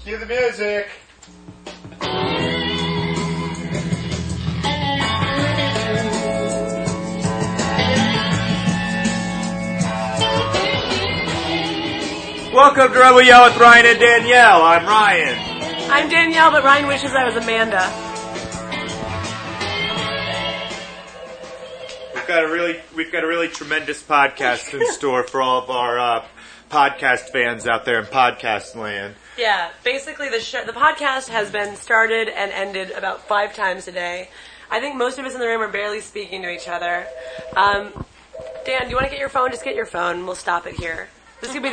Cue the music. Welcome to Rebel Yell with Ryan and Danielle. I'm Ryan. I'm Danielle, but Ryan wishes I was Amanda. We've got a really, we've got a really tremendous podcast in store for all of our uh, podcast fans out there in podcast land. Yeah, basically the show, the podcast has been started and ended about five times a day. I think most of us in the room are barely speaking to each other. Um, Dan, do you want to get your phone? Just get your phone. We'll stop it here. This could be.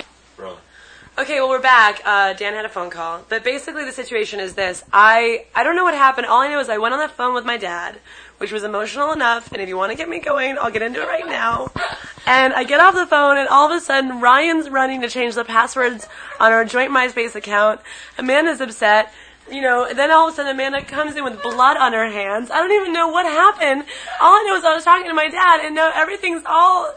Okay, well we're back. Uh, Dan had a phone call, but basically the situation is this: I I don't know what happened. All I know is I went on the phone with my dad, which was emotional enough. And if you want to get me going, I'll get into it right now. And I get off the phone, and all of a sudden Ryan's running to change the passwords on our joint MySpace account. Amanda's upset. You know, and then all of a sudden Amanda comes in with blood on her hands. I don't even know what happened. All I know is I was talking to my dad, and now everything's all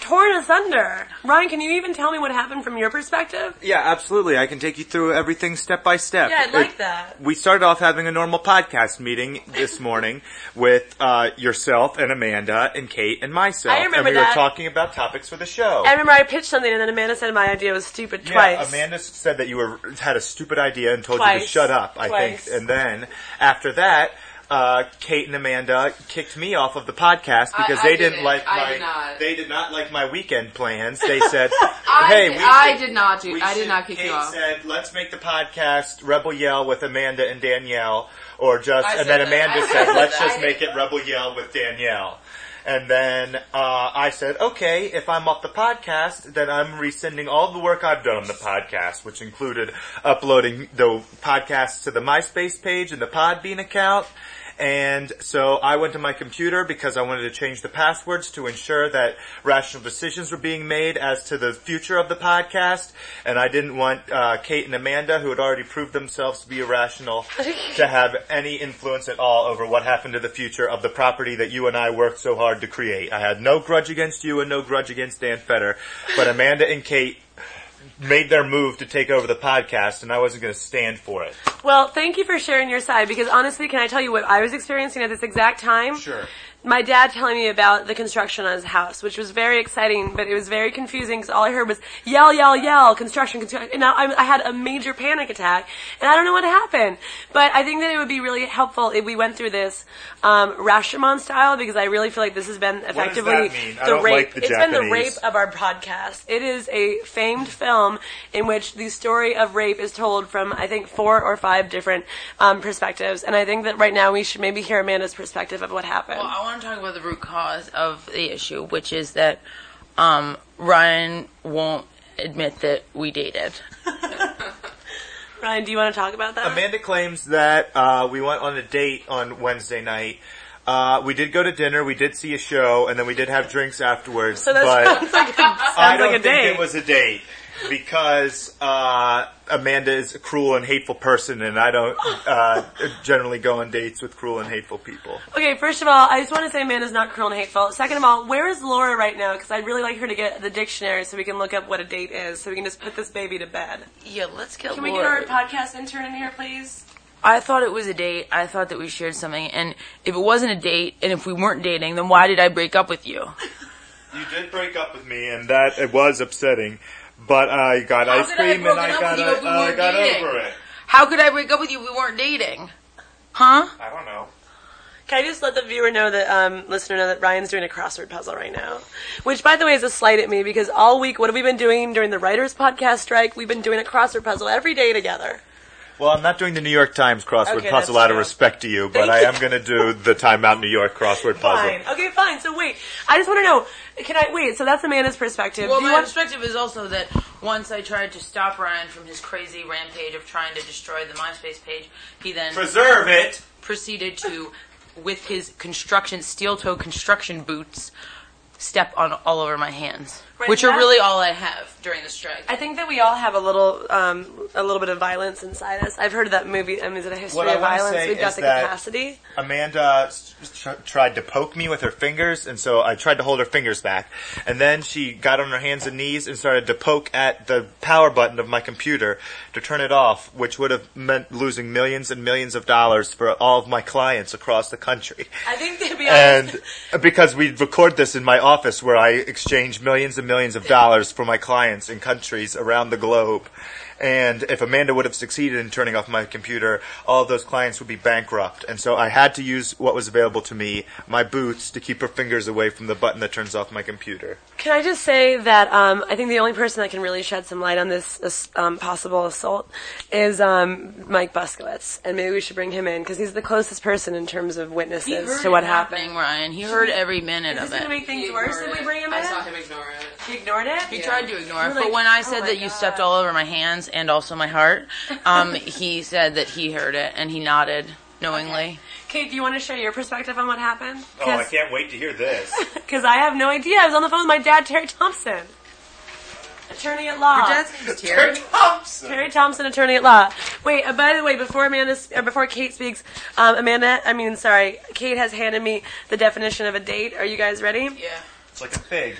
torn asunder. Ryan, can you even tell me what happened from your perspective? Yeah, absolutely. I can take you through everything step by step. Yeah, I'd like Uh, that. We started off having a normal podcast meeting this morning with uh, yourself and Amanda and Kate and myself. I and remember we were that. talking about topics for the show. I remember I pitched something and then Amanda said my idea was stupid Yeah, twice. Amanda said that you were had a stupid idea and told you to Twice. shut up. I Twice. think, and then after that, uh, Kate and Amanda kicked me off of the podcast because I they didn't, didn't. like I my did not. they did not like my weekend plans. They said, I "Hey, did- we I should- did not do- we I did should- not kick you Kate off. Said, "Let's make the podcast Rebel Yell with Amanda and Danielle," or just I and said then that. Amanda I said, said "Let's that. just I make it Rebel Yell with Danielle." And then uh, I said, okay, if I'm off the podcast, then I'm rescinding all the work I've done on the podcast, which included uploading the podcast to the MySpace page and the Podbean account. And so I went to my computer because I wanted to change the passwords to ensure that rational decisions were being made as to the future of the podcast. And I didn't want uh, Kate and Amanda, who had already proved themselves to be irrational, to have any influence at all over what happened to the future of the property that you and I worked so hard to create. I had no grudge against you and no grudge against Dan Fetter, but Amanda and Kate made their move to take over the podcast, and I wasn't going to stand for it. Well, thank you for sharing your side because honestly, can I tell you what I was experiencing at this exact time? Sure. My dad telling me about the construction on his house, which was very exciting, but it was very confusing because all I heard was yell, yell, yell, construction, construction. And I, I had a major panic attack, and I don't know what happened. But I think that it would be really helpful if we went through this um, Rashomon style because I really feel like this has been effectively that mean? I the don't rape. like the it's been the rape Japanese. of our podcast. It is a famed film in which the story of rape is told from, I think, four or five different um, perspectives. And I think that right now we should maybe hear Amanda's perspective of what happened. Well, I want to talk about the root cause of the issue, which is that um, Ryan won't admit that we dated. Ryan, do you want to talk about that? Amanda claims that uh, we went on a date on Wednesday night. Uh, we did go to dinner, we did see a show, and then we did have drinks afterwards. so that but sounds like a, sounds I don't like a think date. it was a date because uh, Amanda is a cruel and hateful person, and I don't uh, generally go on dates with cruel and hateful people. okay, first of all, I just want to say Amanda's not cruel and hateful. Second of all, where is Laura right now? Because I'd really like her to get the dictionary so we can look up what a date is, so we can just put this baby to bed. Yeah, let's get. Can we get our Laura. podcast intern in here, please? I thought it was a date. I thought that we shared something, and if it wasn't a date, and if we weren't dating, then why did I break up with you? You did break up with me, and that it was upsetting. But I got How ice could I have cream, and broken I up got with you a- if we I weren't got dating? over it. How could I break up with you if we weren't dating? Huh? I don't know. Can I just let the viewer know that, um, listener know that Ryan's doing a crossword puzzle right now? Which, by the way, is a slight at me because all week, what have we been doing during the writer's podcast strike? We've been doing a crossword puzzle every day together. Well, I'm not doing the New York Times crossword Okay, puzzle that's out of true. respect to you, but Thank I you. am going to do the Time Out New York crossword puzzle. Fine. Okay, fine. So wait, I just want to know, can I, wait, so that's Amanda's perspective. Well, Do you my want- perspective is also that once I tried to stop Ryan from his crazy rampage of trying to destroy the MySpace page, he then Preserve it. proceeded to, with his construction steel toe construction boots, step on all over my hands, Right, which and are that's- really all I have during the strike. I think that we all have a little, um, a little bit of violence inside us. I've heard of that movie. Um, is it a history What I of wanna violence? say We've got is the that- capacity. Amanda s- tr- tried to poke me with her fingers, and so I tried to hold her fingers back. And then she got on her hands and knees and started to poke at the power button of my computer to turn it off, which would have meant losing millions and millions of dollars for all of my clients across the country. I think to be honest, And because we record this in my office where I exchange millions and millions of dollars for my clients in countries around the globe. And if Amanda would have succeeded in turning off my computer, all of those clients would be bankrupt. And so I had to use what was available to me, my boots, to keep her fingers away from the button that turns off my computer. Can I just say that um, I think the only person that can really shed some light on this ass- um, possible assault is um, Mike Buskowitz, and maybe we should bring him in because he's the closest person in terms of He witnesses heard to what it happened. happening, Ryan. He heard every minute Is of this it. gonna make things He worse ignored if we it. bring him I in? saw him ignore it. He ignored it. He tried to ignore it, You're but like, when I "Oh said my that you God." stepped all over my hands and also my heart, um, he said that he heard it and he nodded knowingly. Kate, do you want to share your perspective on what happened? Oh, can't wait to hear this. Because I have no idea. I was on the phone with my dad, Terry Thompson, attorney at law. name's Terry. Terry Thompson, attorney at law. Wait, uh, by the way, before Amanda, or before Kate speaks, um, Amanda, I mean, sorry, Kate has handed me the definition of a date. Are you guys ready? Yeah. It's like a fig.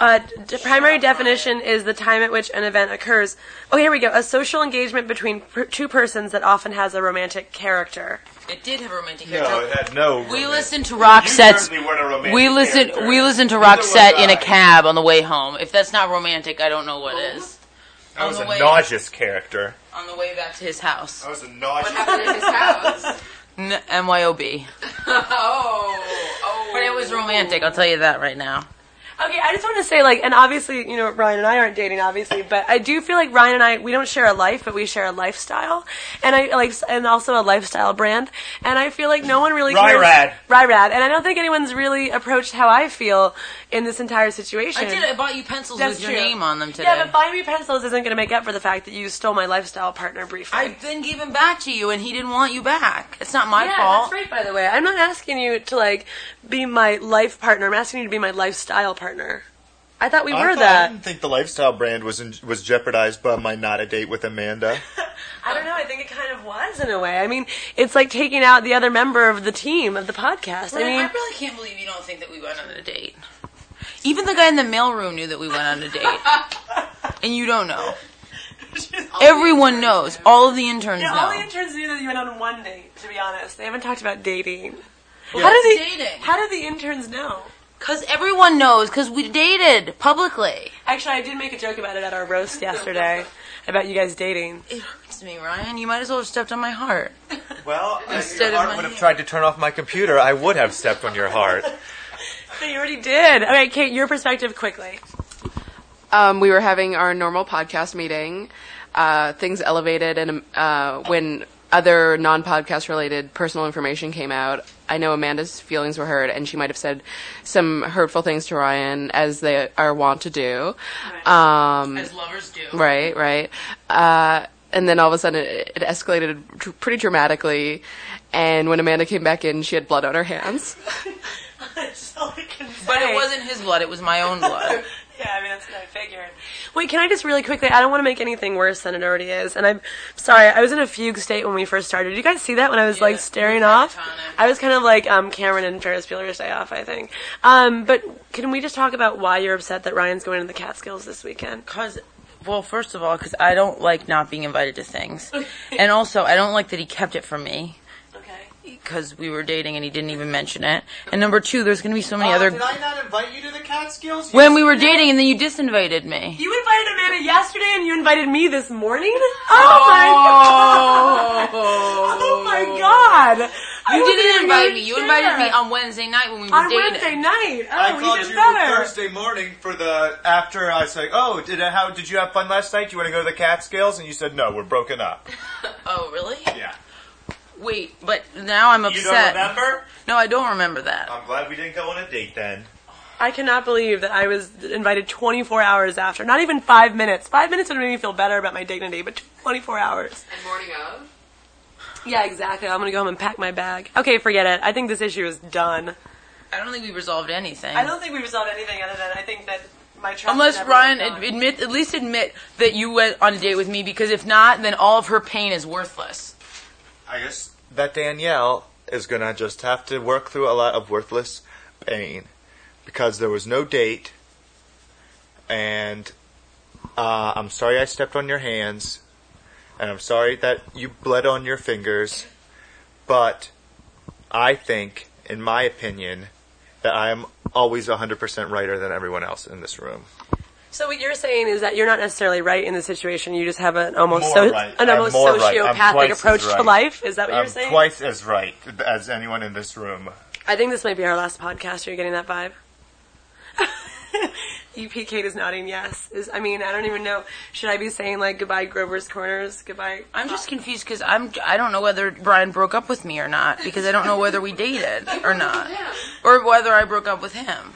Uh, d- primary definition is the time at which an event occurs. Oh, here we go. A social engagement between per- two persons that often has a romantic character. It did have a romantic No, character. it had no. we romance. listened to Roxette's. certainly weren't a romantic We listened. character. We listened to Neither was Roxette in I. a cab on the way home. If that's not romantic, I don't know what is. I was on a the way- nauseous character. On the way back to his house, I was a nauseous. Happened at his house. N- MYOB. Oh, oh. But it was romantic. I'll tell you that right now. Okay, I just want to say, like, and obviously, you know, Ryan and I aren't dating, obviously, but I do feel like Ryan and I, we don't share a life, but we share a lifestyle, and I like, s- and also a lifestyle brand, and I feel like no one really cares. Ryrad. Ryrad, and I don't think anyone's really approached how I feel in this entire situation. I did. I bought you pencils That's with your true. name on them today. Yeah, but buying me pencils isn't going to make up for the fact that you stole my lifestyle partner briefly. I then gave him back to you, and he didn't want you back. It's not my yeah, that's fault. right. By the way, I'm not asking you to like be my life partner. I'm asking you to be my lifestyle partner. I thought we I were thought- I that. didn't think the lifestyle brand was in, was jeopardized by my not a date with Amanda. I don't know. I think it kind of was in a way. I mean, it's like taking out the other member of the team of the podcast. I Ryan, mean, really can't believe you don't think that we went on a date. Even the guy in the mailroom knew that we went on a date, and you don't know. Everyone knows. All of the interns yeah, all the know. interns knew that you went on one date. To be honest, they haven't talked about dating. How How do the dating? How do the interns know? Because everyone knows. Because we dated publicly. Actually, I did make a joke about it at our roast yesterday about you guys dating. It hurts me, Ryan. You might as well have stepped on my heart. Well, if Instead your of heart my would have hand. tried to turn off my computer, I would have stepped on your heart. So you already did. All right, Kate, your perspective quickly. Um, we were having our normal podcast meeting. Uh, things elevated, and um, uh, when other non-podcast related personal information came out, I know Amanda's feelings were hurt, and she might have said some hurtful things to Ryan, as they are wont to do. Um, As lovers do. Right, right. Uh, and then all of a sudden it, it escalated dr- pretty dramatically. And when Amanda came back in, she had blood on her hands. That's all I can say. But it wasn't his blood. It was my own blood. Yeah, I mean that's what I figured. Wait, can I just really quickly? I don't want to make anything worse than it already is, and I'm sorry. I was in a fugue state when we first started. Did you guys see that when I was like staring off? catatonic. I was kind of like um, Cameron and Ferris Bueller's Day Off, I think. Um, but can we just talk about why you're upset that Ryan's going to the Catskills this weekend? Cause, well, first of all, because I don't like not being invited to things, and also I don't like that he kept it from me Okay. because we were dating and he didn't even mention it. And number two, there's going to be so many other I not invite you to the Catskills? when we were dating and then you disinvited me. You invited Amanda yesterday, and you invited me this morning. Oh my god! Oh my god! You didn't invite me. You invited me on Wednesday night when we were on dating. Wednesday night. Oh, I we called did you better. Thursday morning for the after. I was like, "Oh, did I, how did you have fun last night? Do you want to go to the Catskills?" And you said, "No, we're broken up." Oh, really? Yeah, Wait, but now I'm you upset. don't remember? No, I don't remember that. I'm glad we didn't go on a date then. I cannot believe that I was invited 24 hours after. Not even five minutes. Five minutes would have made me feel better about my dignity, but 24 hours. And morning of? Yeah, exactly. I'm gonna go home and pack my bag. Okay, forget it. I think this issue is done. I don't think we resolved anything. I don't think we resolved anything other than I think that my trust. Unless never Ryan went ad- on. admit, at least admit that you went on a date with me, because if not, then all of her pain is worthless. I guess that Danielle is gonna just have to work through a lot of worthless pain because there was no date, and uh, I'm sorry I stepped on your hands, and I'm sorry that you bled on your fingers, but I think, in my opinion, that I am always 100% righter than everyone else in this room. So what you're saying is that you're not necessarily right in the situation. You just have an almost More so, right. an I'm almost more right. I'm sociopathic twice as approach to right. life. Is that what you're I'm saying? twice as right as anyone in this room. I think this might be our last podcast. Are you getting that vibe? EPK is nodding yes. Is I mean I don't even know. Should I be saying like goodbye Grover's Corners? Goodbye. I'm just confused because I'm I don't know whether Brian broke up with me or not because I don't know whether we dated or not or whether I broke up with him.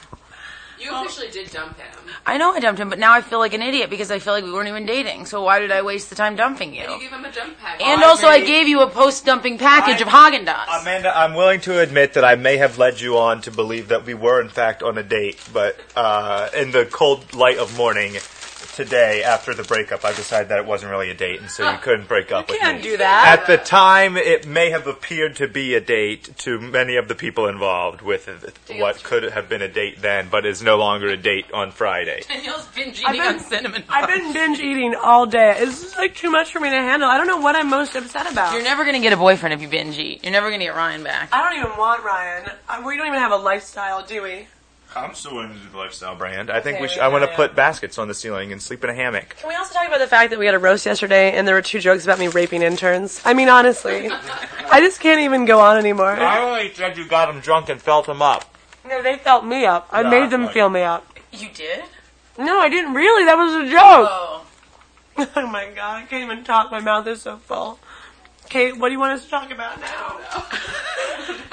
You officially did dump him. I know I dumped him, but now I feel like an idiot because I feel like we weren't even dating. So why did I waste the time dumping you? gave him a dump package. And also, I made- gave you a post-dumping package I- of Haagen Dazs. Amanda, I'm willing to admit that I may have led you on to believe that we were in fact on a date, but uh, in the cold light of morning today after the breakup, I decided that it wasn't really a date, and so you couldn't break up You with can't me. do that. At the time, it may have appeared to be a date to many of the people involved with what could have been a date then, but is no longer a date on Friday. Danielle's binge I've eating been- on cinnamon. I've been binge eating all day. It's just like too much for me to handle. I don't know what I'm most upset about. You're never gonna get a boyfriend if you binge eat. You're never gonna get Ryan back. I don't even want Ryan. I, we don't even have a lifestyle, do we? I'm so into the lifestyle brand. I think Okay, we should. I want yeah, to yeah. put baskets on the ceiling and sleep in a hammock. Can we also talk about the fact that we had a roast yesterday and there were two jokes about me raping interns? I mean, honestly, I just can't even go on anymore. only said you got them drunk and felt them up. No, they felt me up. I Yeah, made them like- feel me up. You did? No, I didn't really. That was a joke. Oh, Oh my god, I can't even talk. My mouth is so full. Kate, what do you want us to talk about now?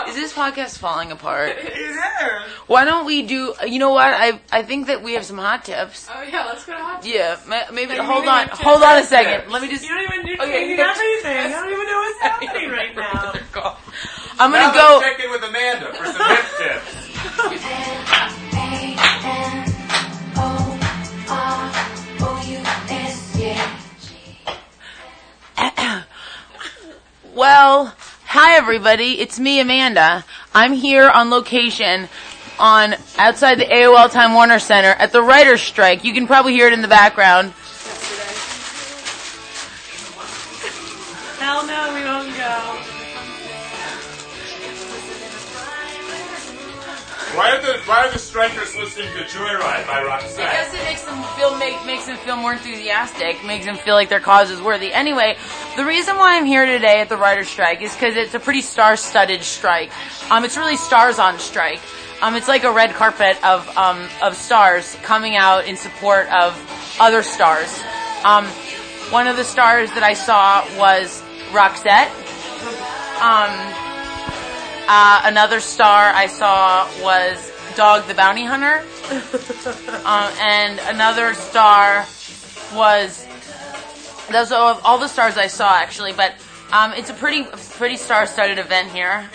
is this podcast falling apart? Is there? Why don't we do? You know what? I I think that we have some hot tips. Oh yeah, let's go to hot. Yeah, ma- maybe. Like, Hold maybe on, we have hold on a tips. second. Let me just. You don't even do Okay. anything. I don't even know what's happening right now. I'm gonna go. Check in with Amanda for some hip tips. Well, hi everybody. It's me, Amanda. I'm here on location on outside the AOL Time Warner Center at the writers' strike. You can probably hear it in the background. Hell no, we won't go. Why are the why are the strikers listening to Joyride by Roxette? Because it makes them feel make, makes them feel more enthusiastic, makes them feel like their cause is worthy. Anyway, the reason why I'm here today at the writer's strike is because it's a pretty star-studded strike. Um, it's really stars on strike. Um, it's like a red carpet of um, of stars coming out in support of other stars. Um, one of the stars that I saw was Roxette. Um, uh, another star I saw was Dog the Bounty Hunter. Um, and another star was those are all, all the stars I saw actually, but um, it's a pretty pretty star-studded event here.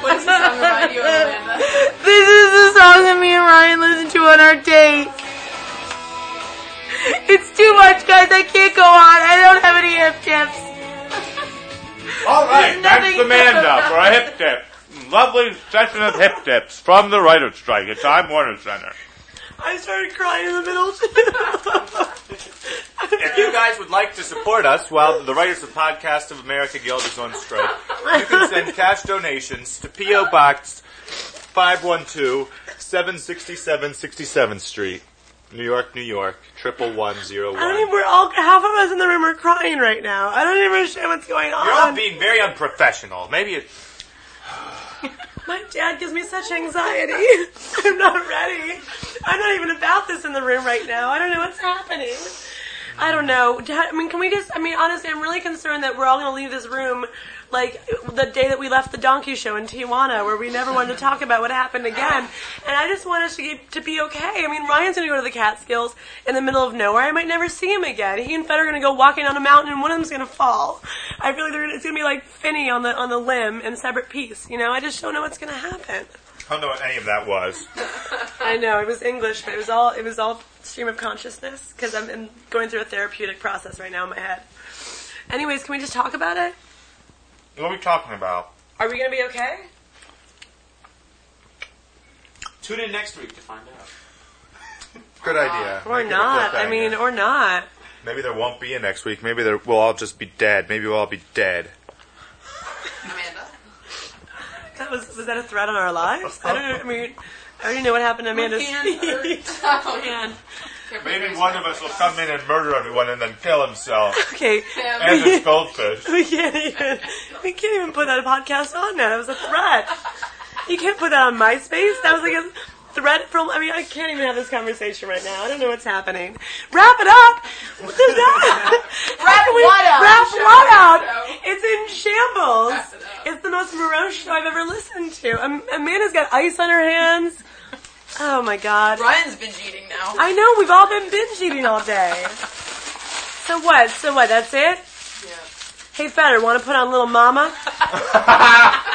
What does this song remind you of, Amanda? This is the song that me and Ryan listened to on our date. It's too much, guys. I can't go on. I don't have any hip tips. All right, nothing- that's Amanda for a hip tip. Lovely session of hip tips from the writer's strike at Time Warner Center. I started crying in the middle too. If you guys would like to support us while the Writers of Podcast of America Guild is on strike, you can send cash donations to P.O. Box 512 767 67th Street, New York, New York, I don't 11101. even, we're all, half of us in the room are crying right now. I don't even understand what's going on. You're all being very unprofessional. Maybe it, My dad gives me such anxiety. I'm not ready. I'm not even about this in the room right now. I don't know what's happening. I don't know. I mean, can we just? I mean, honestly, I'm really concerned that we're all going to leave this room like the day that we left the donkey show in Tijuana, where we never wanted to talk about what happened again. And I just want us to get, to be okay. I mean, Ryan's going to go to the Catskills in the middle of nowhere. I might never see him again. He and Fed are going to go walking on a mountain, and one of them's going to fall. I feel like they're, gonna- it's going to be like Finny on the on the limb in separate piece. You know, I just don't know what's going to happen. I don't know what any of that was. I know it was English, but it was all it was all stream of consciousness because I'm in, going through a therapeutic process right now in my head. Anyways, can we just talk about it? What are we talking about? Are we gonna be okay? Tune in next week to find out. Good idea. Or Make it a not? I cliffhanger. mean, or not? maybe there won't be a next week. Maybe there, we'll all just be dead. Maybe we'll all be dead. Amanda? That was was that a threat on our lives? I don't know. I mean, I already know what happened to Amanda's. Man. Maybe one of us will come in and murder everyone and then kill himself Okay, and his goldfish. we can't even we can't even put that podcast on now. That was a threat. You can't put that on MySpace. That was like a threat from. I mean, I can't even have this conversation right now. I don't know what's happening. Wrap it up. What's that? Wrap Can we- what up? Wrap Sure, what up? so. It's in shambles. Wrap it up. It's the most morose show I've ever listened to. Um, Amanda's got ice on her hands. Oh my god. Ryan's been cheating now. I know we've all been binge eating all day. So what? So what? That's it? Yeah. Hey, Fetter, want to put on Little Mama?